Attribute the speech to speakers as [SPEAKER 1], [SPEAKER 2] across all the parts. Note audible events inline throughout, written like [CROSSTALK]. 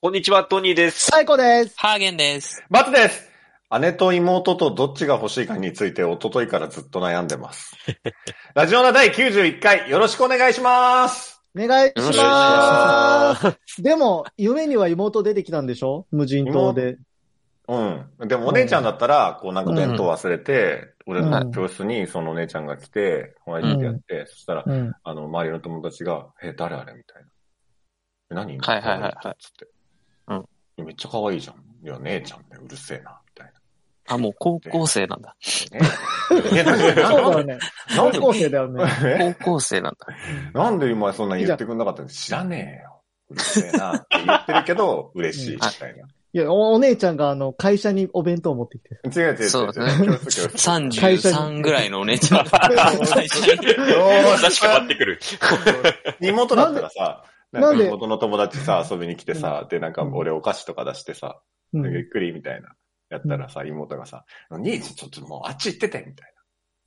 [SPEAKER 1] こんにちは、トニーです。
[SPEAKER 2] 最高です。
[SPEAKER 3] ハーゲンです。
[SPEAKER 4] バツです姉と妹とどっちが欲しいかについて、一昨日からずっと悩んでます。ラジオの第91回、よろしくお願いします
[SPEAKER 2] お願いし
[SPEAKER 1] よ
[SPEAKER 2] ま
[SPEAKER 1] ろ
[SPEAKER 2] す。
[SPEAKER 1] しくお願いします。
[SPEAKER 2] でも、夢には妹出てきたんでしょ無人島で。
[SPEAKER 4] うん。でもお姉ちゃんだったら、こうなんか弁当忘れて、俺の教室にそのお姉ちゃんが来て、ホワイトでやって、そしたら、
[SPEAKER 2] うん。
[SPEAKER 4] あの、周りの友達が、え、誰あれみたいな。え何
[SPEAKER 3] はいはいはいはい
[SPEAKER 4] つって。
[SPEAKER 3] うん
[SPEAKER 4] うん。めっちゃ可愛いじゃん。いや、姉ちゃんね、うるせえな、みたい
[SPEAKER 3] あ、もう高校生なんだ。
[SPEAKER 4] な。え、な
[SPEAKER 2] そうだ
[SPEAKER 4] な
[SPEAKER 2] よね。高
[SPEAKER 4] んで
[SPEAKER 2] 校生だよね。
[SPEAKER 4] え
[SPEAKER 3] 高校生なんだ。
[SPEAKER 4] なんで今そんな言ってくんなかったの知らねえよ。うるせえなって言ってるけど、嬉しいみたいな。
[SPEAKER 2] いや、おお姉ちゃんがあの、会社にお弁当を持ってきて。
[SPEAKER 4] 違う違う違う。
[SPEAKER 3] そうですね
[SPEAKER 4] 教室教室
[SPEAKER 2] 会社
[SPEAKER 3] 33
[SPEAKER 2] に
[SPEAKER 3] ぐらいのお姉ちゃんが会社に。
[SPEAKER 1] 話変わってくる。
[SPEAKER 4] 妹だったらさ、
[SPEAKER 2] な
[SPEAKER 4] なんん
[SPEAKER 2] で
[SPEAKER 4] か妹の友達さ、遊びに来てさ、で、なんか俺お菓子とか出してさ、
[SPEAKER 2] うん
[SPEAKER 4] ゆっくりみたいな。やったらさ、妹がさ、兄ちゃんちょっともうあっち行ってて、みたい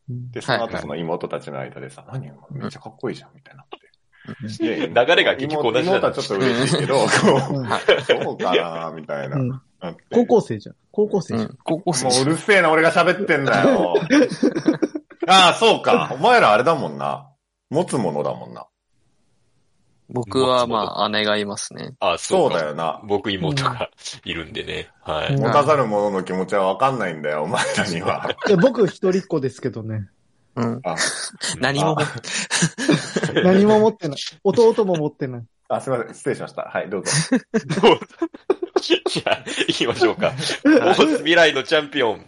[SPEAKER 4] な。
[SPEAKER 2] うん
[SPEAKER 4] で、そ
[SPEAKER 3] は
[SPEAKER 4] の
[SPEAKER 3] いは
[SPEAKER 4] 後
[SPEAKER 3] い
[SPEAKER 4] その妹たちの間でさ、何お前めっちゃかっこいいじゃん、みたいになって。いやいや
[SPEAKER 1] 流れが結局同じだ
[SPEAKER 4] 妹はちょっと嬉しいけ [LAUGHS] ど、
[SPEAKER 2] う
[SPEAKER 4] こう、
[SPEAKER 2] ん
[SPEAKER 4] そうかな、みたいな
[SPEAKER 2] う。ん
[SPEAKER 4] なって
[SPEAKER 2] 高校生じゃん。高校生
[SPEAKER 3] う
[SPEAKER 2] じゃん。
[SPEAKER 3] ん、高校生
[SPEAKER 4] も
[SPEAKER 3] じゃ
[SPEAKER 4] うんうるせえな、俺が喋ってんだよ。ああ、そうか。お前らあれだもんな。持つものだもんな。
[SPEAKER 3] 僕はまあ姉がいますね。
[SPEAKER 1] あ、
[SPEAKER 4] そ
[SPEAKER 1] そう
[SPEAKER 4] う
[SPEAKER 1] か
[SPEAKER 4] だよな。
[SPEAKER 1] 僕妹がいるんでね。は
[SPEAKER 2] う
[SPEAKER 1] い
[SPEAKER 2] ん。
[SPEAKER 4] 持たざる者の気持ちはわかんないんだよ、お前らには。
[SPEAKER 2] いや、僕一人っ子ですけどね。
[SPEAKER 3] うん
[SPEAKER 4] あ。
[SPEAKER 3] 何も、
[SPEAKER 2] 何も持ってない。弟も持ってない。
[SPEAKER 4] あ、すいません。失礼しました。はい、どうぞ。
[SPEAKER 1] どう [LAUGHS] じゃあ、行きましょうか。オース未来のチャンピオン。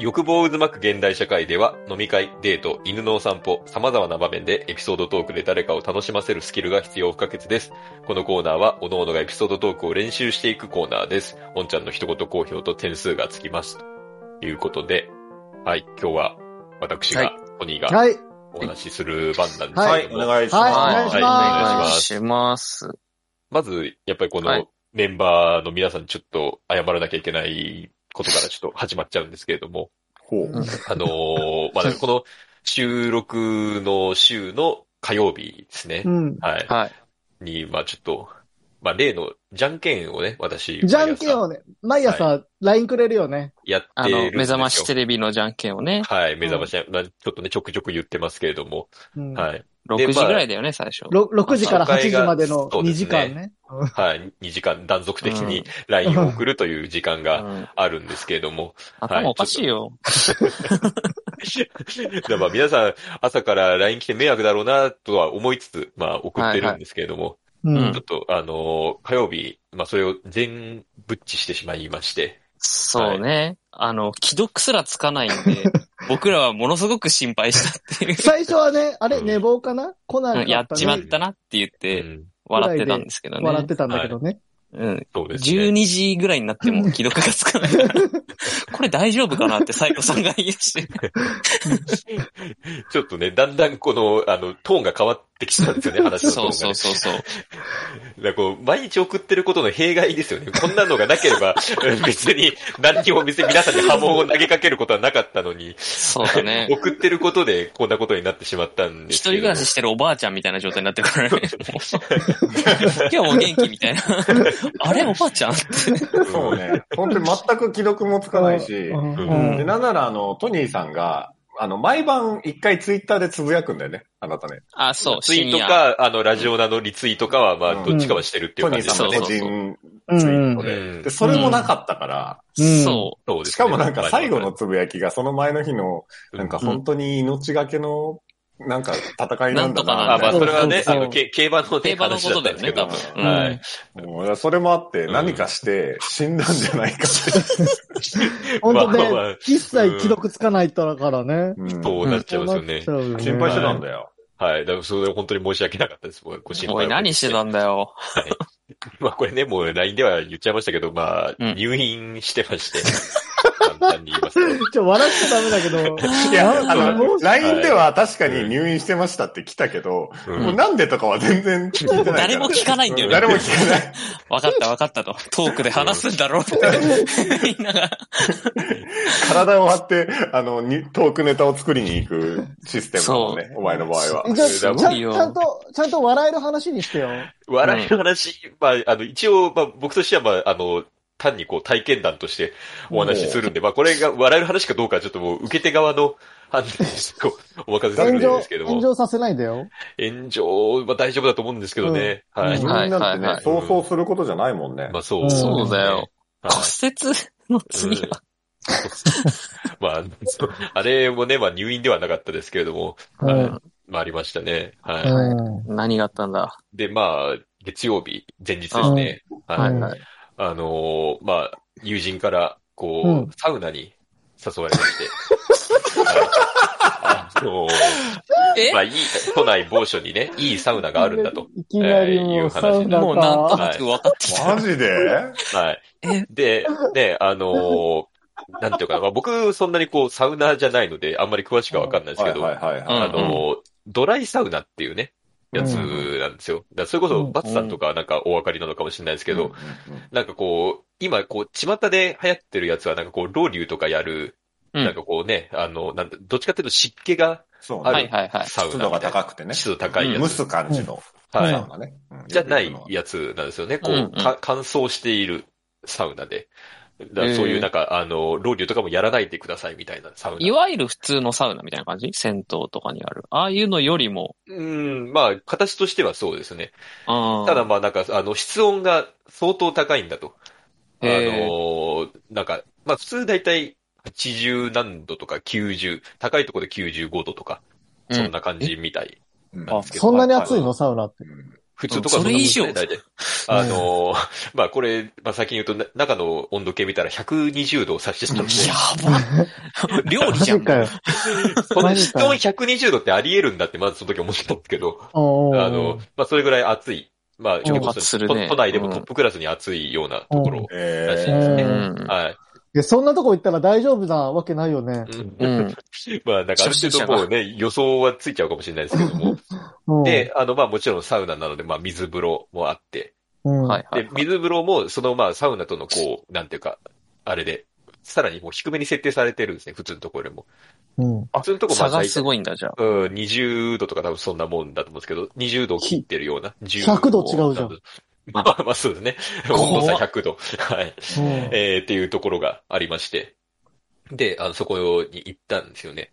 [SPEAKER 1] 欲望を渦巻く現代社会では、飲み会、デート、犬のお散歩、様々な場面でエピソードトークで誰かを楽しませるスキルが必要不可欠です。このコーナーは、おのおのがエピソードトークを練習していくコーナーです。おんちゃんの一言好評と点数がつきます。ということで、はい、今日は、私が、
[SPEAKER 3] はい
[SPEAKER 1] トニーが、
[SPEAKER 2] はい。
[SPEAKER 1] お話しする番なんですけども
[SPEAKER 4] はい、お願いし
[SPEAKER 2] はい
[SPEAKER 4] ま
[SPEAKER 2] お願いします
[SPEAKER 3] お願いします。
[SPEAKER 1] まず、やっぱりこ
[SPEAKER 3] は
[SPEAKER 1] の
[SPEAKER 3] い
[SPEAKER 1] メンバーの皆さんにちょっと謝らなきゃいけないことからちょっと始まっちゃうんですけれど
[SPEAKER 3] [LAUGHS]
[SPEAKER 1] も、
[SPEAKER 4] す。ほう。
[SPEAKER 1] あのーまあ、この収録の週の火曜日ですね
[SPEAKER 2] う。ん。
[SPEAKER 1] はい。
[SPEAKER 3] はい。
[SPEAKER 1] に、まあちょっと、まあ例のじゃんけんをね、私、
[SPEAKER 2] じゃんけん
[SPEAKER 1] 毎朝
[SPEAKER 2] をね、毎朝 LINE くれるよね。
[SPEAKER 1] やってるん
[SPEAKER 3] あ
[SPEAKER 1] ですよ
[SPEAKER 3] の、目覚ましテレビのじゃんけんをね、
[SPEAKER 1] はい、目覚まし、なちょっとね、ちょくちょく言ってますけれども、
[SPEAKER 2] うん
[SPEAKER 1] はい。で
[SPEAKER 3] 6時ぐらいだよね、最初。
[SPEAKER 2] ろ6時から8時までの
[SPEAKER 1] そうですね
[SPEAKER 2] 2時間ね。
[SPEAKER 1] はい、2時間断続的
[SPEAKER 3] う
[SPEAKER 1] に
[SPEAKER 3] ん
[SPEAKER 1] LINE を送るという時間が
[SPEAKER 3] うん
[SPEAKER 1] あるんですけれども、
[SPEAKER 3] 頭おかしいよ。
[SPEAKER 1] [LAUGHS] でまあ皆さん、朝から LINE 来て迷惑だろうなとは思いつつ、まあ送ってるんですけれども、
[SPEAKER 2] う
[SPEAKER 3] うんん。
[SPEAKER 1] ちょっと、あのー火曜日、まあそれを全ぶっちしてしまいまして、
[SPEAKER 3] そうね。あの、既読すらつかないんで、僕らはものすごく心配したっていう
[SPEAKER 2] 最初はね、あれ、
[SPEAKER 1] うん
[SPEAKER 2] 寝坊かな来な
[SPEAKER 3] う
[SPEAKER 2] い
[SPEAKER 3] ん。やっちまったなって言っ
[SPEAKER 1] う
[SPEAKER 3] て、
[SPEAKER 1] ん
[SPEAKER 3] 笑ってたんですけどね。
[SPEAKER 2] 笑ってたんだけどね。
[SPEAKER 3] うん。
[SPEAKER 1] そうですね。
[SPEAKER 3] 12時ぐらいになっても既読がつかないから。これ大丈夫かなってサイコさんが言い出して。
[SPEAKER 1] ちょっとね、だんだんこの、あの、トーンが変わってきたんです
[SPEAKER 3] [LAUGHS]
[SPEAKER 1] よね、話のトーン
[SPEAKER 3] そ
[SPEAKER 1] が、ね。
[SPEAKER 3] うそうそうそう。
[SPEAKER 1] だからこう、毎日送ってることの弊害ですよね。こんなのがなけれ
[SPEAKER 3] [LAUGHS]
[SPEAKER 1] ば、うん別に何にも別に皆さんに波紋を投げかけることはなかったのに、
[SPEAKER 3] そうだね。
[SPEAKER 1] 送ってることでこんなことになってしまったんで
[SPEAKER 3] 一
[SPEAKER 1] す
[SPEAKER 3] 人
[SPEAKER 1] けれ
[SPEAKER 3] 暮
[SPEAKER 1] ども
[SPEAKER 3] らししてるおばあちゃんみたいな状態になってるからね。今日も元気みたいな。あれおばあちゃん
[SPEAKER 4] そうね。本当に全く既読もつかないし
[SPEAKER 2] う、ん
[SPEAKER 1] うん
[SPEAKER 4] でなんならあの、トニーさんが、あの、毎晩一回ツイッターでつぶやくんだよね、あなたね。
[SPEAKER 3] あ、そう、
[SPEAKER 1] ツイ
[SPEAKER 3] 深
[SPEAKER 1] ート
[SPEAKER 3] 夜。
[SPEAKER 1] か、あの、ラジオナのリツイートかは、ま
[SPEAKER 4] う
[SPEAKER 1] あ、
[SPEAKER 4] ん
[SPEAKER 1] どっちかはしてるってい
[SPEAKER 4] ト
[SPEAKER 1] う
[SPEAKER 4] ニ
[SPEAKER 1] 感
[SPEAKER 4] ー
[SPEAKER 1] じ
[SPEAKER 4] さん
[SPEAKER 1] で
[SPEAKER 4] の
[SPEAKER 1] す
[SPEAKER 4] 個
[SPEAKER 1] ね。
[SPEAKER 4] 人
[SPEAKER 2] うん
[SPEAKER 4] ツイート
[SPEAKER 1] う
[SPEAKER 4] で。
[SPEAKER 1] ん
[SPEAKER 4] で、それもなかったから、
[SPEAKER 2] うん
[SPEAKER 3] そ
[SPEAKER 1] そうですね
[SPEAKER 4] しかもなんか最後のつぶやきがその前の日の、なんか本当に命がけの、なんか戦いなんだ
[SPEAKER 3] な
[SPEAKER 4] な。
[SPEAKER 1] あ、
[SPEAKER 3] ん
[SPEAKER 1] まあ、
[SPEAKER 2] と
[SPEAKER 1] そ
[SPEAKER 2] か
[SPEAKER 1] れはね、
[SPEAKER 2] そう
[SPEAKER 1] あ
[SPEAKER 2] そう
[SPEAKER 1] の、け競馬の
[SPEAKER 3] う。
[SPEAKER 1] ね
[SPEAKER 3] 定番の
[SPEAKER 1] 話
[SPEAKER 3] こ
[SPEAKER 1] だ
[SPEAKER 3] と
[SPEAKER 1] った
[SPEAKER 3] だ
[SPEAKER 1] ん
[SPEAKER 3] よ
[SPEAKER 1] ですけども。
[SPEAKER 3] ね、多分。
[SPEAKER 2] ん
[SPEAKER 1] はい。
[SPEAKER 4] もうそれもあって、
[SPEAKER 1] うん
[SPEAKER 4] 何かして死んだんじゃないかって。
[SPEAKER 2] 本当ね
[SPEAKER 1] まあまあ、
[SPEAKER 2] 一切既読つかないとだからね。
[SPEAKER 4] うん
[SPEAKER 1] そうなっちゃいますよね。
[SPEAKER 2] そうなっちゃうよね
[SPEAKER 4] 心配してたんだよ。
[SPEAKER 1] はい。だから、それ本当に申し訳なかったです。もうご心配
[SPEAKER 3] おい、
[SPEAKER 1] [LAUGHS]
[SPEAKER 3] 何してたんだよ。
[SPEAKER 1] まあ、これね、もう LINE では言っちゃいましたけど、まあ、
[SPEAKER 3] うん [LAUGHS]
[SPEAKER 1] 入院してまして。簡単に言いますと。
[SPEAKER 2] [LAUGHS] ちょ、笑っちゃダメだけど。
[SPEAKER 4] いや、
[SPEAKER 2] な
[SPEAKER 4] あ
[SPEAKER 2] んか
[SPEAKER 4] の、
[SPEAKER 2] もう
[SPEAKER 4] LINE では確かに入院してましたって来たけど、
[SPEAKER 1] うん
[SPEAKER 4] もうなんでとかは全然聞いてないから。
[SPEAKER 3] 誰も聞かないんだよね
[SPEAKER 4] 誰も聞かない。
[SPEAKER 3] わかったわかったと。トークで話すんだろうって言いながら。
[SPEAKER 4] 体を張って、あの、にトークネタを作りに行くシステムだもんね。お前の場合は。
[SPEAKER 2] じゃあ
[SPEAKER 1] す
[SPEAKER 2] ちゃん
[SPEAKER 3] ごいよ
[SPEAKER 2] ちゃんと、ちゃんと笑える話にしてよ。
[SPEAKER 1] 笑いの話、まあ、あの、一応、まあ、僕としては、まあ、あの、単にこう体験談としてお話しするんで、まあ、これが笑える話かどうかはちょっともう受け手側の判断にこうお任せする
[SPEAKER 2] 炎
[SPEAKER 1] んで
[SPEAKER 2] 上
[SPEAKER 1] すけ、ど [LAUGHS] も。
[SPEAKER 2] 炎上させないんだよ。
[SPEAKER 1] 炎上は大丈夫だと思うんですけどね。
[SPEAKER 2] うん
[SPEAKER 1] はい。
[SPEAKER 4] 入
[SPEAKER 2] うん
[SPEAKER 1] ま
[SPEAKER 4] 院なんて
[SPEAKER 3] はいはいは
[SPEAKER 4] ね
[SPEAKER 3] い、
[SPEAKER 4] そうそうすることじゃないもんね。
[SPEAKER 1] あそう、
[SPEAKER 2] うん
[SPEAKER 3] そうだよ。
[SPEAKER 1] はい。
[SPEAKER 3] 骨折の次は。
[SPEAKER 1] うんまあ、 [LAUGHS] そうあれもね、まあ入院ではなかったですけれども、
[SPEAKER 2] う
[SPEAKER 1] はい
[SPEAKER 2] ん。
[SPEAKER 1] まあありましたね。はい。
[SPEAKER 2] うん。
[SPEAKER 3] 何があったんだ
[SPEAKER 1] で、まあ、月曜日、前日ですね。はい。
[SPEAKER 2] うん
[SPEAKER 3] はい。
[SPEAKER 1] あのーまあ、友人から、こう、
[SPEAKER 2] うん
[SPEAKER 1] サウナに誘われまして。 [LAUGHS] はいあのー
[SPEAKER 3] え
[SPEAKER 1] まあ、いい、都内某所にね、いいサウナがあるんだ
[SPEAKER 3] [LAUGHS]
[SPEAKER 1] と。
[SPEAKER 2] いきなりもうサウナ
[SPEAKER 3] もうなんと
[SPEAKER 2] か。
[SPEAKER 3] なく分かってきた。
[SPEAKER 4] マジで
[SPEAKER 1] はい。で、ね、あのーなんていうかな、まあ、僕、そんなにこう、サウナーじゃないので、あんまり詳しくはわかんないですけど、
[SPEAKER 4] はいはいはい。
[SPEAKER 1] あ
[SPEAKER 3] うん
[SPEAKER 1] のードライサウナっていうね、やつなんですよ。だからそれこそ、
[SPEAKER 2] うん
[SPEAKER 1] バツさんとかなんかお分かりなのかもしれないですけど、
[SPEAKER 4] うんうん
[SPEAKER 1] なんかこう、今、こう、巷で流行ってるやつは、なんかこう、ロウリュとかやる、
[SPEAKER 3] うん
[SPEAKER 1] なんかこうね、あの、なんだどっちかっていうと湿気が
[SPEAKER 4] そう
[SPEAKER 1] あ
[SPEAKER 4] ね。
[SPEAKER 1] る
[SPEAKER 3] はいはいはい。
[SPEAKER 1] サウナ。
[SPEAKER 4] 湿度が高くてね。
[SPEAKER 1] 湿度高いやつ。
[SPEAKER 4] 蒸す感じの
[SPEAKER 1] は
[SPEAKER 4] サ
[SPEAKER 1] い。
[SPEAKER 4] ウナね。うん
[SPEAKER 1] じゃないやつなんですよね。こう、
[SPEAKER 3] うんうん
[SPEAKER 1] か乾燥しているサウナで。だからそうい
[SPEAKER 3] え
[SPEAKER 1] う
[SPEAKER 3] ー
[SPEAKER 1] なんか、あの、ロウリュとかもやらないでくださいみたいなサウ
[SPEAKER 3] い
[SPEAKER 1] ナ。
[SPEAKER 3] わゆる普通のサウナみたいな感じ銭湯とかにある。ああいうのよりも、
[SPEAKER 1] うん、まあ、形としてはそうですね。
[SPEAKER 3] あー
[SPEAKER 1] ただまあなんか、あの、室温が相当高いんだと。あの
[SPEAKER 3] へ
[SPEAKER 1] ー、
[SPEAKER 3] ー
[SPEAKER 1] なんか、まあ普通だいたい80何度とか90、高いところで95度とか、
[SPEAKER 3] うん
[SPEAKER 1] そんな感じみたい。
[SPEAKER 4] うん
[SPEAKER 3] あ
[SPEAKER 2] そんなに暑いのサウナって。
[SPEAKER 1] 普通とかんなもんですね
[SPEAKER 3] それ以上
[SPEAKER 1] 大
[SPEAKER 3] [LAUGHS]
[SPEAKER 1] 体あのー、まあこれ、まあ先に言うと、な中の温度計見たら120度を指してたんで。
[SPEAKER 3] [LAUGHS] やば。料理じゃん。
[SPEAKER 2] マジかよ。
[SPEAKER 1] その
[SPEAKER 2] マジ
[SPEAKER 1] 室
[SPEAKER 2] か
[SPEAKER 1] 温120度ってあり得るんだって、まずその時思ったんですけど、
[SPEAKER 2] おー
[SPEAKER 1] あの、、まあ、それぐらい暑い。まあ、ちょっと
[SPEAKER 3] 蒸発する
[SPEAKER 1] 都
[SPEAKER 3] ね
[SPEAKER 1] 都内でもトップクラスに暑いようなところ。
[SPEAKER 4] え
[SPEAKER 1] らしいです
[SPEAKER 4] ー
[SPEAKER 1] ね
[SPEAKER 2] うん
[SPEAKER 3] うん
[SPEAKER 1] はい。
[SPEAKER 2] いや、そんなとこ行ったら大丈夫なわけないよね。
[SPEAKER 1] う
[SPEAKER 3] うんん。
[SPEAKER 1] [LAUGHS] まあ、なんかある程度もうね、予想はついちゃうかもしれないですけども。
[SPEAKER 2] うん、
[SPEAKER 1] で、あの、まあ、もちろんサウナなので、まあ、水風呂もあって。
[SPEAKER 2] うん、
[SPEAKER 3] はいは
[SPEAKER 1] で
[SPEAKER 3] い、。
[SPEAKER 1] 水風呂も、その、まあ、サウナとのこう、なんていうか、あれで、さらにもう低めに設定されてるんですね、普通のところよりも。
[SPEAKER 2] うん。
[SPEAKER 1] 普通のところ
[SPEAKER 3] 差
[SPEAKER 1] まあ
[SPEAKER 3] が
[SPEAKER 1] 大
[SPEAKER 3] す
[SPEAKER 1] 体、
[SPEAKER 3] ごいんだ、じゃあ。
[SPEAKER 1] うん、20度とか多分そんなもんだと思うんですけど、20度を切ってるような。
[SPEAKER 2] 100度違うじゃん
[SPEAKER 1] ん。まあまあそうですね。温度差100度。はい。
[SPEAKER 2] うん
[SPEAKER 1] えーっていうところがありまして。で、あの、そこに行ったんですよね。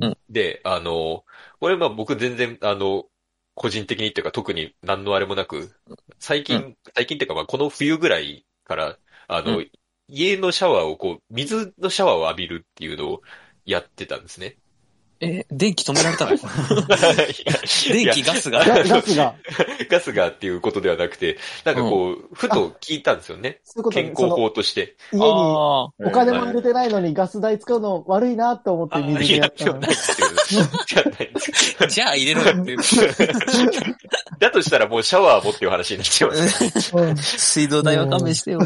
[SPEAKER 3] うん
[SPEAKER 1] で、あの、これまあ僕全然、あの、個人的にっていうか特に何のあれもなく、最近、
[SPEAKER 3] う
[SPEAKER 1] 最近っていうかまあこの冬ぐらいから、あの、
[SPEAKER 3] う
[SPEAKER 1] 家のシャワーをこう、水のシャワーを浴びるっていうのをやってたんですね。
[SPEAKER 3] え、電気止められた
[SPEAKER 1] [LAUGHS]
[SPEAKER 3] の
[SPEAKER 1] い
[SPEAKER 3] 電
[SPEAKER 1] や
[SPEAKER 3] 気、ガス
[SPEAKER 2] ガ
[SPEAKER 3] が。
[SPEAKER 2] ガスが。
[SPEAKER 1] [LAUGHS] ガスがっていうことではなくて、なんかこう、ふと聞いたんですよね。
[SPEAKER 2] そういうこと
[SPEAKER 1] 健
[SPEAKER 2] ね
[SPEAKER 1] 康法として。
[SPEAKER 2] その
[SPEAKER 3] あ
[SPEAKER 2] 家にお金も入れてないのにガス代使うの悪いなって思って水で
[SPEAKER 1] い
[SPEAKER 2] や
[SPEAKER 1] や
[SPEAKER 2] っ、た
[SPEAKER 1] でも
[SPEAKER 2] の
[SPEAKER 1] ないですけど。じゃないです
[SPEAKER 3] あ。じゃあ入れろよっていう。
[SPEAKER 1] [LAUGHS] だとしたらもうシャワーもっていう話になっちゃいますね。
[SPEAKER 2] うん
[SPEAKER 3] [LAUGHS] 水道代は勘弁してよ。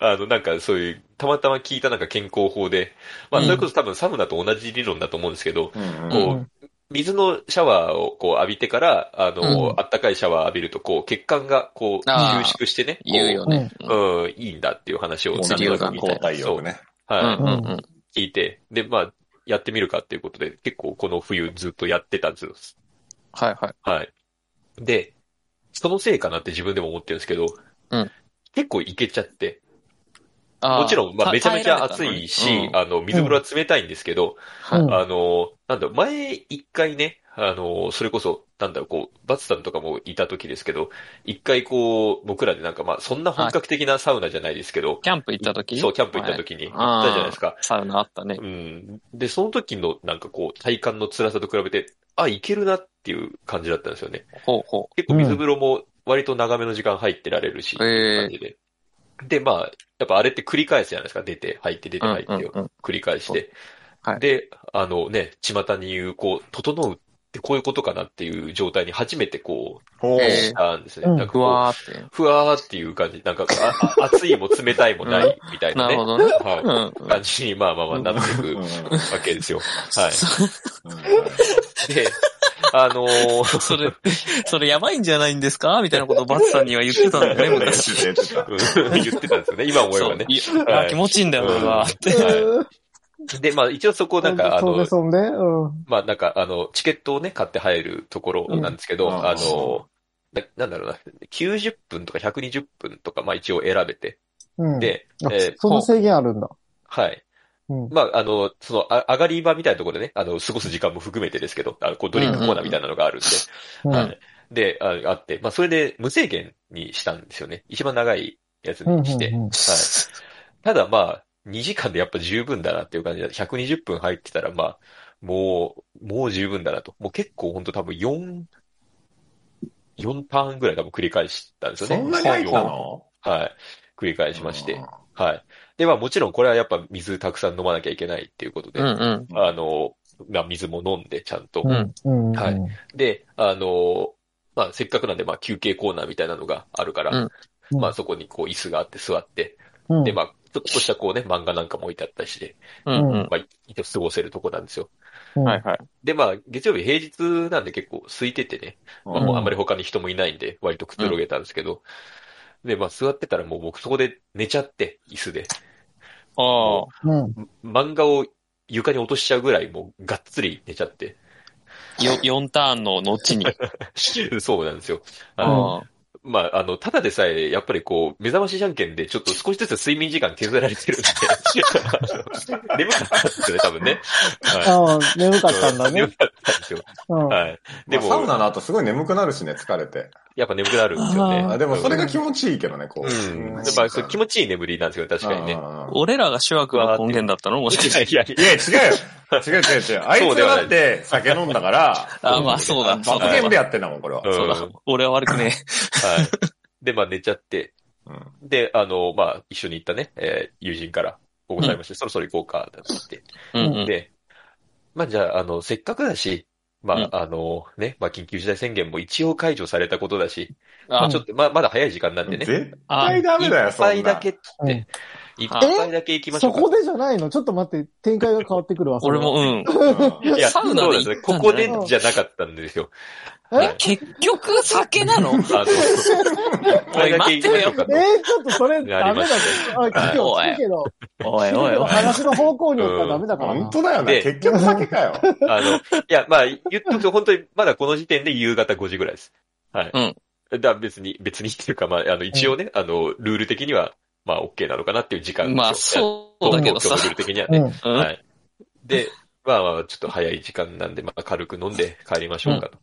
[SPEAKER 1] あの、なんかそういう、たまたま聞いたなんか健康法で、まあ
[SPEAKER 3] うん
[SPEAKER 1] それこそ多分サウナと同じ理論だと思うんですけど、
[SPEAKER 4] うんうん
[SPEAKER 1] こう、水のシャワーをこう浴びてから、あの、
[SPEAKER 2] うん
[SPEAKER 1] あったかいシャワー浴びるとこう血管がこう
[SPEAKER 3] あー
[SPEAKER 1] 収縮してね、こう
[SPEAKER 3] 言うよね。
[SPEAKER 1] うん、いいんだっていう話を
[SPEAKER 4] もう
[SPEAKER 1] なんとなく
[SPEAKER 3] み
[SPEAKER 1] 聞
[SPEAKER 3] た
[SPEAKER 1] い
[SPEAKER 3] いな
[SPEAKER 4] 抗体力ね。
[SPEAKER 1] た。
[SPEAKER 3] うん
[SPEAKER 1] はい。
[SPEAKER 3] うんうん。
[SPEAKER 1] 聞いて、で、まあ、やってみるかっていうことで、結構この冬ずっとやってたんですよ。
[SPEAKER 3] はいはい。
[SPEAKER 1] はい。で、そのせいかなって自分でも思ってるんですけど、
[SPEAKER 3] うん
[SPEAKER 1] 結構いけちゃって。
[SPEAKER 3] あー
[SPEAKER 1] もちろん、まあ、
[SPEAKER 3] た
[SPEAKER 1] めちゃめちゃ暑
[SPEAKER 3] 耐え
[SPEAKER 1] い
[SPEAKER 3] られた
[SPEAKER 1] し、
[SPEAKER 3] のね
[SPEAKER 1] あの、水風呂は冷たいんですけど、
[SPEAKER 2] うん
[SPEAKER 1] あの、なんだ、前一回ね、あの、それこそ、なんだろう、こう、バツさんとかもいた時ですけど、一回こう、僕らでなんか、まあ、そんな本格的なサウナじゃないですけど、
[SPEAKER 3] キャンプ行った時
[SPEAKER 1] そう、キャンプ行った時に、行ったじゃないですか。
[SPEAKER 3] サウナあったね
[SPEAKER 1] う。ん。で、その時のなんかこう、体感の辛さと比べて、あ、いけるなっていう感じだったんですよね。
[SPEAKER 3] ほうほ
[SPEAKER 1] 結構水風呂も割と長めの時間入ってられるし、
[SPEAKER 3] う。え
[SPEAKER 1] 感じで。で、まあ、やっぱあれって繰り返すじゃないですか。出て、入って、出
[SPEAKER 3] え
[SPEAKER 1] て、入って
[SPEAKER 3] うん
[SPEAKER 1] を
[SPEAKER 3] うんうん
[SPEAKER 1] 繰り返して
[SPEAKER 3] は。い
[SPEAKER 1] で、あのね、巷に言う、こう、整うってこういうことかなっていう状態に初めてこ
[SPEAKER 4] おー
[SPEAKER 1] う、
[SPEAKER 3] え
[SPEAKER 1] したんですね。
[SPEAKER 2] うん
[SPEAKER 1] なんか
[SPEAKER 3] ふ
[SPEAKER 1] こう
[SPEAKER 3] わーっ
[SPEAKER 1] ふわーっていう感じ、なんか、ああ熱いも冷たいもないみたい
[SPEAKER 3] て。
[SPEAKER 1] な
[SPEAKER 3] [LAUGHS] なる
[SPEAKER 1] ね。
[SPEAKER 3] ほどね。う
[SPEAKER 1] は
[SPEAKER 3] ん
[SPEAKER 1] い。感じに、まあまあまあ、なっていく
[SPEAKER 4] う
[SPEAKER 1] わ
[SPEAKER 4] んうん
[SPEAKER 1] け [LAUGHS] ですよ。は
[SPEAKER 3] そ
[SPEAKER 1] い。で、あのー
[SPEAKER 3] それ、 [LAUGHS] それやばいんじゃないんですかみたいなことをバツさんには言ってたんだよね、
[SPEAKER 4] うん
[SPEAKER 3] 昔。
[SPEAKER 4] 言ってた
[SPEAKER 1] うん言ってたんですよね。今思え
[SPEAKER 3] そ
[SPEAKER 1] ば
[SPEAKER 3] う
[SPEAKER 1] ね。
[SPEAKER 3] いや
[SPEAKER 1] はい
[SPEAKER 3] あ気持ちいいんだよ、これは。
[SPEAKER 1] はで、まあ一応そこなんか、あ
[SPEAKER 2] そう
[SPEAKER 1] の
[SPEAKER 2] ね、、そうね。うん。
[SPEAKER 1] まあなんか、あの、チケットをね、買って入るところなんですけど、
[SPEAKER 4] うん
[SPEAKER 1] あの、ななんだろうな、90分とか120分とか、まあ一応選べて。
[SPEAKER 2] うん。
[SPEAKER 1] で、
[SPEAKER 2] あ、
[SPEAKER 1] えー
[SPEAKER 2] そんな制限あるんだ。
[SPEAKER 1] はい。
[SPEAKER 2] うん。
[SPEAKER 1] まあ、あの、その、あ上がり場みたいなところでね、あの、過ごす時間も含めてですけど、あのこうドリンクコーナーみたいなのがあるんで、
[SPEAKER 2] うん
[SPEAKER 1] はい。で、ああって、まあ、それで無制限にしたんですよね。一番長いやつにして。
[SPEAKER 2] うんうんうん
[SPEAKER 1] はい。ただまあ、2時間でやっぱ十分だなっていう感じで、120分入ってたらまあ、もう、もう十分だなと。もう結構ほんと多分4、4ターンぐらい多分繰り返したんですよね。
[SPEAKER 4] そんなに入っ
[SPEAKER 1] は
[SPEAKER 4] た
[SPEAKER 1] い
[SPEAKER 4] の
[SPEAKER 1] はい。繰り返しまして。。はい。で、まあもちろんこれはやっぱ水たくさん飲まなきゃいけないっていうことで、
[SPEAKER 3] うんうん。
[SPEAKER 1] あの、まあ水も飲んでちゃんと。
[SPEAKER 2] うん。うん。
[SPEAKER 1] はいで、あの、まあ、せっかくなんで、まあ、休憩コーナーみたいなのがあるから、
[SPEAKER 2] うん
[SPEAKER 1] まあ、そこにこう、椅子があって座って、
[SPEAKER 2] うん。
[SPEAKER 1] で、まあ、ちょっとしたこうね、漫画なんかも置いてあったりして、
[SPEAKER 3] うんうん。
[SPEAKER 1] まあ、一応過ごせるとこなんですよ。
[SPEAKER 2] うん
[SPEAKER 3] はいはい。
[SPEAKER 1] で、まあ、月曜日平日なんで結構空いててね、まあ、
[SPEAKER 2] ん
[SPEAKER 1] もうあんまり他に人もいないんで、割とくつろげたんですけど、で、まあ、座ってたらもう僕そこで寝ちゃって、椅子で。
[SPEAKER 3] ああ。
[SPEAKER 2] うん。
[SPEAKER 1] 漫画を床に落としちゃうぐらい、もう、がっつり寝ちゃ
[SPEAKER 2] [LAUGHS]
[SPEAKER 1] って。
[SPEAKER 3] よ、4ターンの後に。
[SPEAKER 1] そうなんですよ。あの
[SPEAKER 3] ああ。
[SPEAKER 1] まあ、あの、ただでさえ、やっぱりこう、目覚ましじゃんけんで、ちょっと少しずつ睡眠時間削られてるん
[SPEAKER 2] [LAUGHS]
[SPEAKER 1] で、あの眠かったんですよね、多分ね。は
[SPEAKER 2] ああ、眠か
[SPEAKER 1] い。
[SPEAKER 2] ったんだね
[SPEAKER 1] [LAUGHS] 眠。かったんですよ。
[SPEAKER 2] うん。
[SPEAKER 1] はい。で
[SPEAKER 4] で
[SPEAKER 1] も、
[SPEAKER 4] も、サウナの後すごい眠くなるしね、疲れて。
[SPEAKER 1] やっぱ眠くなるんですよね。
[SPEAKER 4] あでもそれが気
[SPEAKER 1] 持ち
[SPEAKER 4] 持ちいいけどね、こう。
[SPEAKER 1] うん。や
[SPEAKER 4] うん
[SPEAKER 1] っぱそう気持ちいい眠りなんですよね、確かにね。
[SPEAKER 4] あー
[SPEAKER 3] 俺らが主役は根源だったのもしかして。
[SPEAKER 1] いやい
[SPEAKER 4] いや、違うよ。違う違う違う。あいつがだって酒飲んだから、
[SPEAKER 3] あまあそうだ。そう
[SPEAKER 4] 罰
[SPEAKER 3] だ
[SPEAKER 4] ゲームでやってんだもん、これは。
[SPEAKER 1] や、
[SPEAKER 3] そうだ
[SPEAKER 1] ん。は。
[SPEAKER 3] 俺は悪くね
[SPEAKER 1] い。で、まあ寝ちゃって、
[SPEAKER 4] うん
[SPEAKER 1] で、あの、まあ、一緒に行ったね、えー友人から、ここさいまして、そろそろ行こうか、って言って。
[SPEAKER 3] え。うんうん。
[SPEAKER 1] で、まあじゃあ、あの、せっかくだし、まあ、
[SPEAKER 3] うん
[SPEAKER 1] あの、ね、まあ、緊急事態宣言も一応解除されたことだし、ま
[SPEAKER 3] あ
[SPEAKER 1] あ、ちょっと、まあ、まだ早い時間なんでね。
[SPEAKER 4] 絶
[SPEAKER 3] あ
[SPEAKER 4] 対ダメだよ、
[SPEAKER 1] 一
[SPEAKER 4] そん
[SPEAKER 1] 杯だ
[SPEAKER 4] な。
[SPEAKER 1] けって
[SPEAKER 2] うん
[SPEAKER 1] って、一杯だけ行きましょ
[SPEAKER 2] そう
[SPEAKER 1] か。
[SPEAKER 2] こでじゃないのちょっと待って、展開が変わってくるわ。それ
[SPEAKER 3] 俺も、うん。
[SPEAKER 4] うん
[SPEAKER 1] いや、
[SPEAKER 3] サ
[SPEAKER 1] そう
[SPEAKER 3] ウナ
[SPEAKER 1] なん
[SPEAKER 3] で
[SPEAKER 1] ですね。
[SPEAKER 3] 行った
[SPEAKER 1] こ
[SPEAKER 3] ん
[SPEAKER 1] こ
[SPEAKER 3] だ
[SPEAKER 1] で
[SPEAKER 3] よ
[SPEAKER 1] じゃなかったんですよ。
[SPEAKER 2] え
[SPEAKER 1] はい
[SPEAKER 3] 結局酒なのおい
[SPEAKER 1] あの、
[SPEAKER 3] [LAUGHS]
[SPEAKER 1] 一杯だけ行きましょうかと。
[SPEAKER 2] えー、ちょっとそれダメだと。あ、聞くよ、聞くけど。
[SPEAKER 3] おい
[SPEAKER 2] 聞く
[SPEAKER 3] お
[SPEAKER 2] け
[SPEAKER 3] い
[SPEAKER 2] ど。話の方向によったらダメだからな
[SPEAKER 4] 本。当だよね。
[SPEAKER 1] で
[SPEAKER 4] 結局酒かよ。
[SPEAKER 1] あの、いや、まあ、言っとくと本当に、まだこの時点で夕方5時ぐらいです。はい。
[SPEAKER 3] うん。
[SPEAKER 1] だから別に、別にっていうか、まあ、あの、一応ね、あの、ルール的には、まあ、OK なのかなっていう時間
[SPEAKER 3] まあ
[SPEAKER 1] ですよ
[SPEAKER 3] そうだけどさ
[SPEAKER 1] 東。京ルール的には
[SPEAKER 2] う
[SPEAKER 1] ね。
[SPEAKER 2] ん。
[SPEAKER 3] うん
[SPEAKER 1] はい。で、まあまあ、ちょっと早い時間なんで、まあ軽く飲んで帰りましょうかと。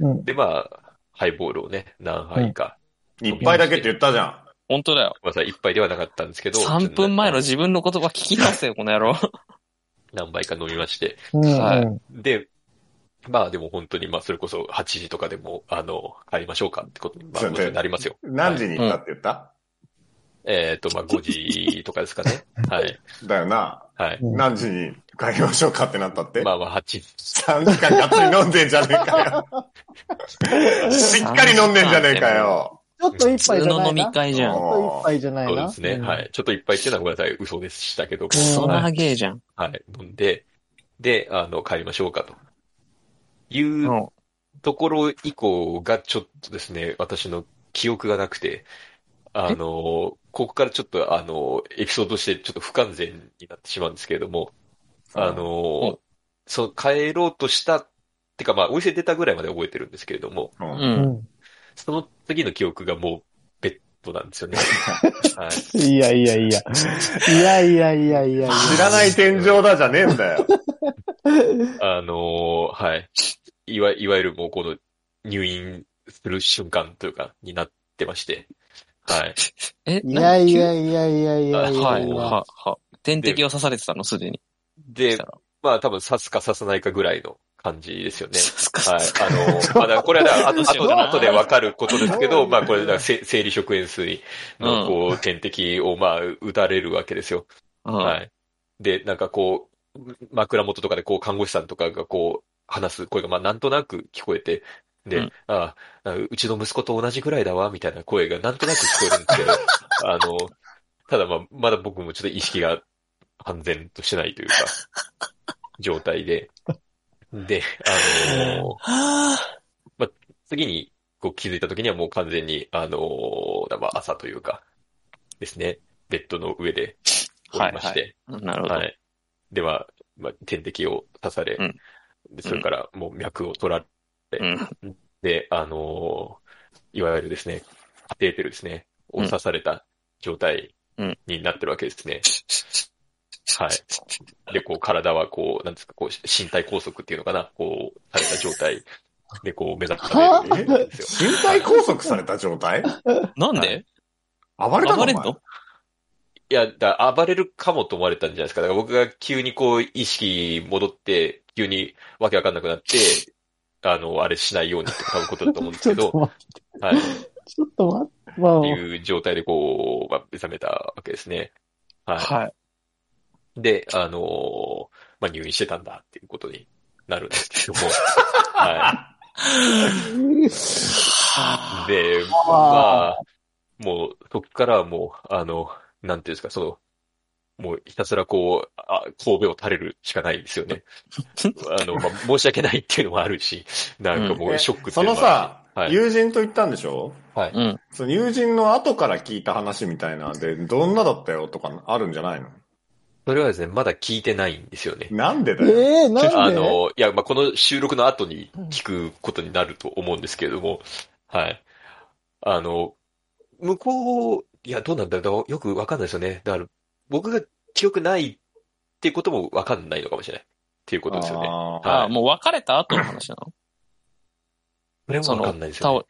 [SPEAKER 2] うん。
[SPEAKER 1] で、まあ、ハイボールをね、何杯か。
[SPEAKER 4] 一杯だけって言ったじゃん。
[SPEAKER 3] 本当だよ。
[SPEAKER 1] まあさ、一杯ではなかったんですけど。
[SPEAKER 3] 3分前の自分の言葉聞き返
[SPEAKER 1] [LAUGHS]
[SPEAKER 3] せよ、この野郎。
[SPEAKER 1] 何杯か飲みまして。
[SPEAKER 2] うん。うん
[SPEAKER 1] で、まあでも本当に、まあそれこそ8時とかでも、あの、帰りましょうかってことに、まあ、
[SPEAKER 4] そうね
[SPEAKER 1] もちろんなりますよ。
[SPEAKER 4] 何時に行ったって言った
[SPEAKER 1] えっと、まあ5時とかですか
[SPEAKER 4] [LAUGHS]
[SPEAKER 1] ね。はい。
[SPEAKER 4] だよな。
[SPEAKER 1] はい。
[SPEAKER 2] うん
[SPEAKER 4] 何時に帰りましょうかってなったって
[SPEAKER 1] ま。あまあ8時。
[SPEAKER 4] 3時間がっつり飲んでんじゃねえかよ。しっかり飲んでんじゃねえかよ。
[SPEAKER 2] ちょっと一杯じゃ
[SPEAKER 3] 普通
[SPEAKER 2] な
[SPEAKER 3] の
[SPEAKER 2] い
[SPEAKER 3] 飲み
[SPEAKER 2] な。ち
[SPEAKER 3] 会じゃん。
[SPEAKER 2] ょっと一杯じゃない
[SPEAKER 1] そう
[SPEAKER 2] な。
[SPEAKER 1] ですね。
[SPEAKER 2] うん
[SPEAKER 1] はい。ちょっと一杯っていうのはごめんなさい、嘘でしたけど。
[SPEAKER 3] クソなげえじゃん。。
[SPEAKER 1] はい。飲んで、で、あの、帰りましょうかと。いううんところ以降がちょっとですね、私の記憶がなくて、あの、ここからちょっとあの、エピソードとしてちょっと不完全になってしまうんですけれども、あ
[SPEAKER 3] う
[SPEAKER 1] の
[SPEAKER 3] ん、
[SPEAKER 1] そう、帰ろうとした、ってかまあ、お店出たぐらいまで覚えてるんですけれども、
[SPEAKER 4] うん、
[SPEAKER 3] う。
[SPEAKER 2] うんん。
[SPEAKER 1] その次の記憶がもう、ベッドなんですよね。はい。
[SPEAKER 2] いやいやいや。いやいやいやいやいや。
[SPEAKER 4] 知らない天井だじゃねえんだよ。
[SPEAKER 1] あのーはい。いわ、いわゆるもうこの入院する瞬間というか、になってまして。はい。
[SPEAKER 3] え、
[SPEAKER 2] いやいや
[SPEAKER 3] い
[SPEAKER 2] いやいやいや
[SPEAKER 1] や
[SPEAKER 2] い
[SPEAKER 1] いや
[SPEAKER 3] は
[SPEAKER 2] や
[SPEAKER 3] い、
[SPEAKER 2] い
[SPEAKER 3] は
[SPEAKER 2] や。、
[SPEAKER 3] は。点滴を刺されてたの、すでに。
[SPEAKER 1] で
[SPEAKER 3] した、ら
[SPEAKER 1] まあ多分刺すか刺さないかぐらいの感じ [LAUGHS] です
[SPEAKER 3] [LAUGHS]
[SPEAKER 1] よね。
[SPEAKER 3] すか
[SPEAKER 1] はい。あのーまあだからこれはだから、あと、
[SPEAKER 3] どうしよう
[SPEAKER 1] 後
[SPEAKER 3] か
[SPEAKER 1] で、
[SPEAKER 3] な
[SPEAKER 1] 後でわかることですけ
[SPEAKER 2] どう
[SPEAKER 1] ど、
[SPEAKER 2] いう
[SPEAKER 1] まあこれ、だからせ生理食塩水
[SPEAKER 3] う
[SPEAKER 1] の
[SPEAKER 3] ん
[SPEAKER 1] こう、点滴をまあ、打たれるわけですよ。
[SPEAKER 3] うん
[SPEAKER 1] はい。で、なんかこう、枕元とかでこう、看護師さんとかがこう、話す声が、まあ、なんとなく聞こえて、で、
[SPEAKER 3] うん
[SPEAKER 1] ああ、うちの息子と同じぐらいだわ、みたいな声がなんとなく聞こえるん [LAUGHS] ですけど、あの、ただまあ、まだ僕もちょっと意識が完全としてないというか、状態で。で、あの、
[SPEAKER 3] は
[SPEAKER 1] 次にこう気づいた時にはもう完全に、あのーまあ、朝というか、ですね、ベッドの上でおりまして、
[SPEAKER 3] あ。なるほ
[SPEAKER 1] はい
[SPEAKER 3] ど。
[SPEAKER 1] では、まあ、点滴を刺され、
[SPEAKER 3] うん
[SPEAKER 1] でそれからもう脈を取られ
[SPEAKER 3] うん。
[SPEAKER 1] て、あのーいわゆるですね、カテーテルですね、を刺された状態
[SPEAKER 3] うん
[SPEAKER 1] になってるわけですね。はい。で、こう、体はこう、なんですか、こう、身体拘束っていうのかな、こう、された状態で、こう、目覚めるんですよ。
[SPEAKER 4] 身体拘束された状態
[SPEAKER 3] なん
[SPEAKER 1] は
[SPEAKER 3] で
[SPEAKER 4] 暴れたの
[SPEAKER 3] 暴
[SPEAKER 4] お
[SPEAKER 3] れ
[SPEAKER 4] 前
[SPEAKER 3] んの
[SPEAKER 1] いや、だ暴れるかもと思われたんじゃないですか。だから僕が急にこう、意識戻って、急にわけわかんなくなって、あの、あれしないようにって買うことだと思うんです
[SPEAKER 2] [LAUGHS] ちょ
[SPEAKER 1] け
[SPEAKER 2] っと
[SPEAKER 1] ど、
[SPEAKER 2] 待って、
[SPEAKER 1] はい。っ
[SPEAKER 2] ちょっと待って、まあ
[SPEAKER 1] て、いう状態でこう、まあ、目覚めたわけですね。は
[SPEAKER 3] はい。
[SPEAKER 1] い。で、あのーまあ、入院してたんだっていうことになるんです
[SPEAKER 4] [LAUGHS]
[SPEAKER 1] けども、は。
[SPEAKER 3] はい
[SPEAKER 1] で、まあ、もう、そこからはもう、あの、なんていうんですか、その、もうひたすらこう、あ、神戸を垂れるしかないんですよ
[SPEAKER 4] [LAUGHS]
[SPEAKER 1] ね。あの、まあ、申し訳ないっていうのもあるし、なんかもうショックってい
[SPEAKER 4] そう
[SPEAKER 1] の
[SPEAKER 4] の
[SPEAKER 1] もあ
[SPEAKER 4] さ、
[SPEAKER 1] はい
[SPEAKER 4] 友人と言ったんでしょ
[SPEAKER 1] るし。はい。
[SPEAKER 3] うん。
[SPEAKER 4] その友人の後から聞いた話みたいなんで、どんなだったよとかあるんじゃないの
[SPEAKER 1] それはですね、まだ聞いてないんですよね。
[SPEAKER 4] なんでだよ。
[SPEAKER 2] ええな
[SPEAKER 1] あ
[SPEAKER 2] んで
[SPEAKER 1] の、いや、まあ、この収録の後に聞くことになると思うんですけれども、はい。あの、向こう、いや、どうなんだろう、よくわかんないですよね。だから、僕が記憶ないっていうこともわかんないのかもしれない。っていうことですよね。
[SPEAKER 4] あー
[SPEAKER 1] はい
[SPEAKER 3] ああ、もう別れた後の話なの
[SPEAKER 1] それもわかんないですよね。うん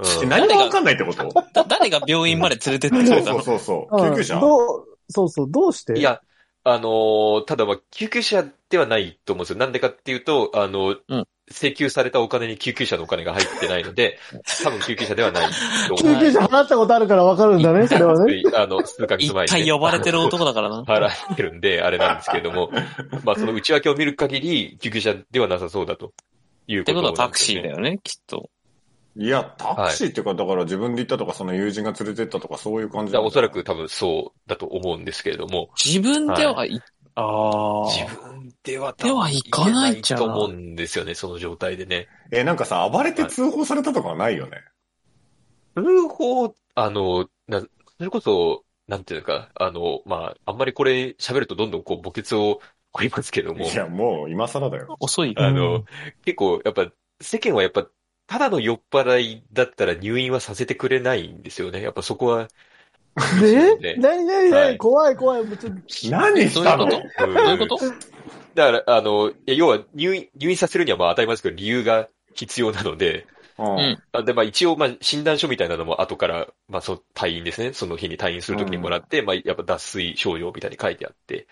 [SPEAKER 4] え何もわかんないってこと
[SPEAKER 3] 倒だ誰が病院まで連れてってく
[SPEAKER 4] そう
[SPEAKER 3] れた
[SPEAKER 4] そう
[SPEAKER 3] の
[SPEAKER 4] そうそう。
[SPEAKER 2] うん
[SPEAKER 4] 救急車
[SPEAKER 2] どうそうそう、どうして
[SPEAKER 1] い、や、あのーただまあ、救急車ではないと思うんですよ。なんでかっていうと、あの、
[SPEAKER 3] うん
[SPEAKER 1] 請求されたお金に救急車のお金が入ってないので、多分救急車ではないと思
[SPEAKER 2] 救
[SPEAKER 3] [LAUGHS]
[SPEAKER 1] う。
[SPEAKER 2] 急車払ったことあるからわかるんだね、それはね。
[SPEAKER 1] あの、数ヶ月
[SPEAKER 3] 一
[SPEAKER 1] 前にね、
[SPEAKER 3] 体呼ばれてる男だからな。
[SPEAKER 1] 払ってるん
[SPEAKER 3] [LAUGHS]
[SPEAKER 1] で、あれなんですけれども、まあその内訳を見る限り、救急車ではなさそうだという
[SPEAKER 3] って
[SPEAKER 1] こと
[SPEAKER 3] こと
[SPEAKER 1] な
[SPEAKER 3] は
[SPEAKER 1] んですよね
[SPEAKER 3] タクシーだよね、きっと。
[SPEAKER 4] いや、タクシーっていうか、だから自分で行ったとか、その友人が連れてったとか、そういう感
[SPEAKER 1] だ
[SPEAKER 4] じ
[SPEAKER 1] か
[SPEAKER 4] な
[SPEAKER 1] ら
[SPEAKER 4] ん
[SPEAKER 1] お
[SPEAKER 4] じゃ
[SPEAKER 1] そ
[SPEAKER 4] な
[SPEAKER 1] ら
[SPEAKER 4] い
[SPEAKER 1] く多分そうだと思うんですけれども、
[SPEAKER 3] 自分では、、
[SPEAKER 1] はい
[SPEAKER 3] ああ。
[SPEAKER 1] 自分では多
[SPEAKER 3] で
[SPEAKER 1] 分
[SPEAKER 3] はいかないんじゃない
[SPEAKER 1] 言えと思うんですよね、その状態でね。
[SPEAKER 4] え、なんかさ、暴れて通報されたとかはないよね。
[SPEAKER 1] 通報、あの、な、それこそ、なんていうのか、あの、まあ、あんまりこれ喋るとどんどんこう、墓穴を掘りますけども、
[SPEAKER 4] いや、もう今更だよ。
[SPEAKER 3] 遅い。
[SPEAKER 1] あ
[SPEAKER 2] う
[SPEAKER 1] の、結構やっぱ、世間はやっぱ、ただの酔っ払いだったら入院はさせてくれないんですよね。やっぱそこは、
[SPEAKER 2] で何何
[SPEAKER 1] は
[SPEAKER 2] 何
[SPEAKER 1] い
[SPEAKER 2] 怖い怖い。もうちょっと
[SPEAKER 4] 何したの
[SPEAKER 3] どういう
[SPEAKER 1] どう
[SPEAKER 3] どういうこと
[SPEAKER 1] だから、あの、いや要は入院、入院させるにはまあ当たり前ですけど、理由が必要なので、
[SPEAKER 4] うん
[SPEAKER 3] うん
[SPEAKER 1] あで、まあ一応、まあ診断書みたいなのも後から、まあそう、退院ですね。その日に退院するときにもらって、まあやっぱ脱水症状みたいに書いてあって、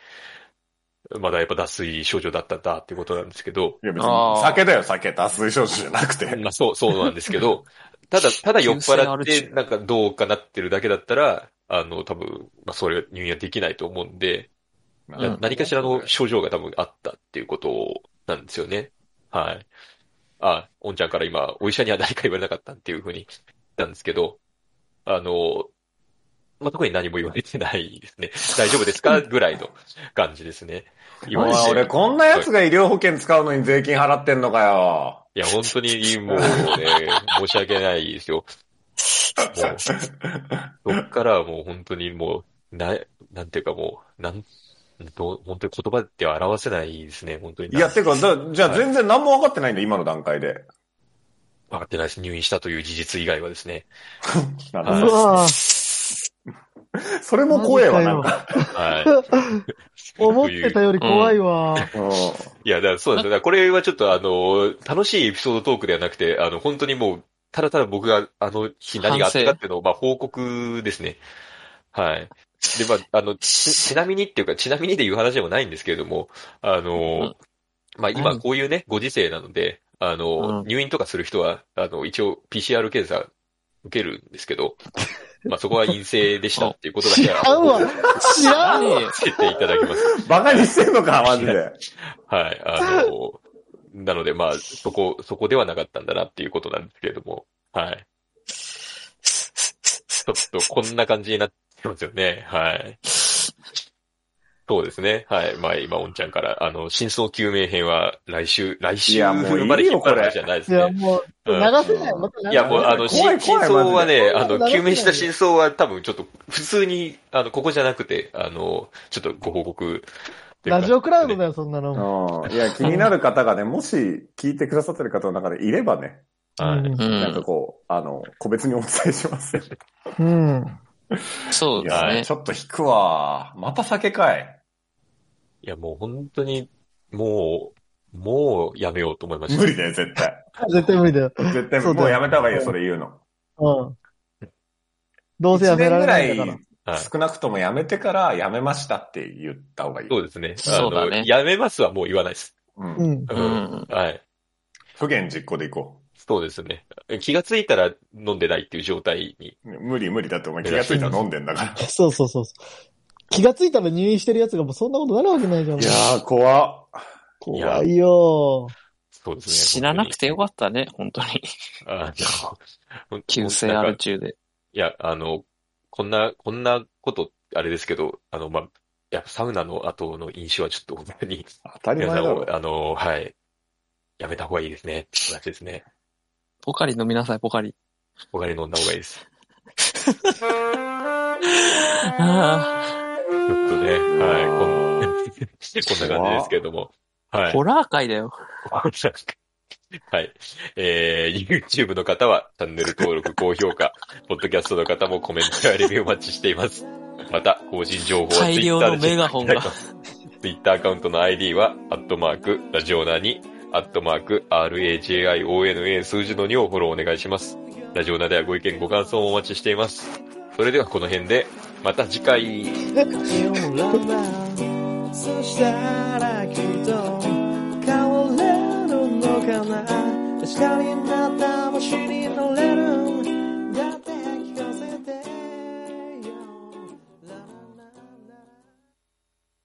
[SPEAKER 1] まだやっぱ脱水症状だったんだっていうことなんですけど、
[SPEAKER 4] いや、別
[SPEAKER 3] あ
[SPEAKER 4] に
[SPEAKER 3] ー
[SPEAKER 4] 酒だよ、酒。脱水症状じゃなくて。
[SPEAKER 1] まあそう、そうなんですけ
[SPEAKER 3] [LAUGHS]
[SPEAKER 1] ど、ただ、ただ酔っ払っ
[SPEAKER 3] 急性アル
[SPEAKER 1] て、
[SPEAKER 3] 中
[SPEAKER 1] なんかどうかなってるだけだったら、あの、多分、まあそれは入院はできないと思うんで、
[SPEAKER 3] うん
[SPEAKER 1] な何かしらの症状が多分あったっていうことなんですよね。はい。あ、おんちゃんから今、お医者には何か言われなかったっていうふうに言ったんですけど、あの、まあ、特に何も言われてないですね。大丈 [LAUGHS] 夫ですかぐらいの感じですね。言わ
[SPEAKER 4] お
[SPEAKER 1] れ
[SPEAKER 4] い
[SPEAKER 1] て。
[SPEAKER 4] 俺、こんな奴が医療保険使うのに税金払ってんのかよ。
[SPEAKER 1] いや、本当にもうね、申し訳ないですよ。もう、そっからはもう本当にもう、な、なんていうかもう、なん、どう本当に言葉では表せないですね、本当に。
[SPEAKER 4] いや、てか、だじゃあ全然何も分かってないんだ、今の段階で。
[SPEAKER 1] 分かってないです。入院したという事実以外はです
[SPEAKER 3] [LAUGHS]
[SPEAKER 1] ね。
[SPEAKER 4] なん
[SPEAKER 1] は
[SPEAKER 4] か
[SPEAKER 1] いう [LAUGHS]
[SPEAKER 2] わぁ
[SPEAKER 4] それも怖えわ、なん
[SPEAKER 2] マジ
[SPEAKER 4] か。
[SPEAKER 1] はい。
[SPEAKER 2] 思ってた
[SPEAKER 1] という
[SPEAKER 2] より怖いわ。
[SPEAKER 1] いや、だからそうなんですよ。だからこれはちょっとあの、楽しいエピソードトークではなくて、あの、本当にもう、ただただ僕があの日何があったかっていうのを、まあ、報告ですね。はい。で、まあ、あの、ち、ちなみにっていうか、ちなみにで言う話でもないんですけれども、あ
[SPEAKER 3] う
[SPEAKER 1] の
[SPEAKER 3] ん、
[SPEAKER 1] まあ、今こういうね、ご時世なので、あの
[SPEAKER 3] う、ん
[SPEAKER 1] 入院とかする人は、あの、一応 PCR 検査受けるんですけど、まあ、そこは陰性でしたっていうことだけは、
[SPEAKER 3] [LAUGHS]
[SPEAKER 2] 知ら
[SPEAKER 1] あの
[SPEAKER 2] んわ知らん
[SPEAKER 3] ねえよ
[SPEAKER 1] つけていただきます。
[SPEAKER 4] バカにしてんのか、マジで。 [LAUGHS]
[SPEAKER 1] はい、あの、なので、まあ、そこ、そこではなかったんだなっていうことなんですけれども、はい。ちょっ
[SPEAKER 4] [LAUGHS]
[SPEAKER 1] とこんな感じになってますよね、はい。そうですね、はい。まあ今、おんちゃんから、あの、真相究明編は来週、来
[SPEAKER 4] い
[SPEAKER 1] 週
[SPEAKER 4] やもういいよ
[SPEAKER 1] まで引っ張る話じゃないです
[SPEAKER 2] いや、
[SPEAKER 1] ね。
[SPEAKER 2] もう、流
[SPEAKER 1] う
[SPEAKER 2] せ
[SPEAKER 1] ん
[SPEAKER 2] ない。また流せない
[SPEAKER 1] いや、もう、あの、
[SPEAKER 4] 怖
[SPEAKER 1] 真
[SPEAKER 4] い
[SPEAKER 1] 真
[SPEAKER 4] 怖い
[SPEAKER 1] 相はね、あ
[SPEAKER 2] マジで
[SPEAKER 1] の、究明した真相は多分ちょっと、普通に、あの、ここじゃなくて、あの、ちょっとご報告というか。
[SPEAKER 2] ラジオクラウドだよ、そんなの。
[SPEAKER 4] うんいや、気になる方がね、もし聞いてくださってる方の中でいればね、
[SPEAKER 1] は
[SPEAKER 2] う
[SPEAKER 1] い。
[SPEAKER 2] ん
[SPEAKER 3] う
[SPEAKER 4] なんか
[SPEAKER 3] ん。
[SPEAKER 4] こう、あの、個別にお伝えしますよ。
[SPEAKER 2] うん。
[SPEAKER 3] そう
[SPEAKER 4] い
[SPEAKER 3] です
[SPEAKER 4] や、
[SPEAKER 3] ね。
[SPEAKER 4] ちょっと引くわ。また酒かい。
[SPEAKER 1] いや、もう本当に、もう、もうやめようと思いました。
[SPEAKER 4] 無理だよ、絶対。
[SPEAKER 2] 絶対無理だよ。
[SPEAKER 4] 絶対無
[SPEAKER 2] そうだよ
[SPEAKER 4] 理もうやめた方がいいよ、それ言うの。
[SPEAKER 2] うん。どうせやめられないんだから。
[SPEAKER 1] はい
[SPEAKER 4] 少なくともやめてからやめましたって言った方がいい。
[SPEAKER 1] そうですね。あの
[SPEAKER 3] そうだね
[SPEAKER 1] やめますはもう言わないです。
[SPEAKER 4] うん
[SPEAKER 2] うん。
[SPEAKER 3] う。
[SPEAKER 1] うんはい。
[SPEAKER 4] 不言実行でいこ
[SPEAKER 1] そうですね。気がついたら飲んでないっていう状態に。
[SPEAKER 4] う。無理無理だってお前気がついたら飲んでんだから。
[SPEAKER 2] そうそうそうそう。気がついたら入院してるやつがもうそんなことなるわけないじゃん。
[SPEAKER 4] いやー、怖っ。
[SPEAKER 2] 怖いよ
[SPEAKER 1] そうですね。
[SPEAKER 3] 死ななくてよかったね、本当に。
[SPEAKER 1] 本当に。あのほん
[SPEAKER 3] [LAUGHS] 急性
[SPEAKER 1] なんか
[SPEAKER 3] アル中で。
[SPEAKER 1] いや、あの、こんな、こんなこと、あれですけど、あの、まあ、やっぱサウナの後の飲酒はちょっと本当に、
[SPEAKER 4] 当たり
[SPEAKER 1] 皆
[SPEAKER 4] 前
[SPEAKER 1] さ
[SPEAKER 4] だ
[SPEAKER 1] ん
[SPEAKER 4] ろ
[SPEAKER 1] を、。あの、はい。やめた方がいいですね。って話ですね。
[SPEAKER 3] ポカリ飲みなさい、ポカリ。
[SPEAKER 1] お金飲んだ方がいいです。
[SPEAKER 3] あ
[SPEAKER 1] ちょっとね、はい、こんこんな感じですけれども。は
[SPEAKER 3] あ、
[SPEAKER 1] い。
[SPEAKER 3] ホラー界だよ。
[SPEAKER 1] はい。えー、YouTube の方はチャンネル登録、高評
[SPEAKER 3] [LAUGHS]
[SPEAKER 1] 価、ポッドキャストの方もコメントやレビューお待ちしています。また、個人情報は Twitter で
[SPEAKER 3] 大量のメガホン
[SPEAKER 1] チ
[SPEAKER 3] が
[SPEAKER 1] ェックしていただきます。Twitter アカウントの ID は、アットマーク、ラジオナに、アットマーク、RAJIONA 数字の2をフォローお願いします。ラジオナではご意見、ご感想をお待ちしています。それではこの辺で、また次回。
[SPEAKER 5] そしたらきっと変われるのかな確かにまた星に乗れる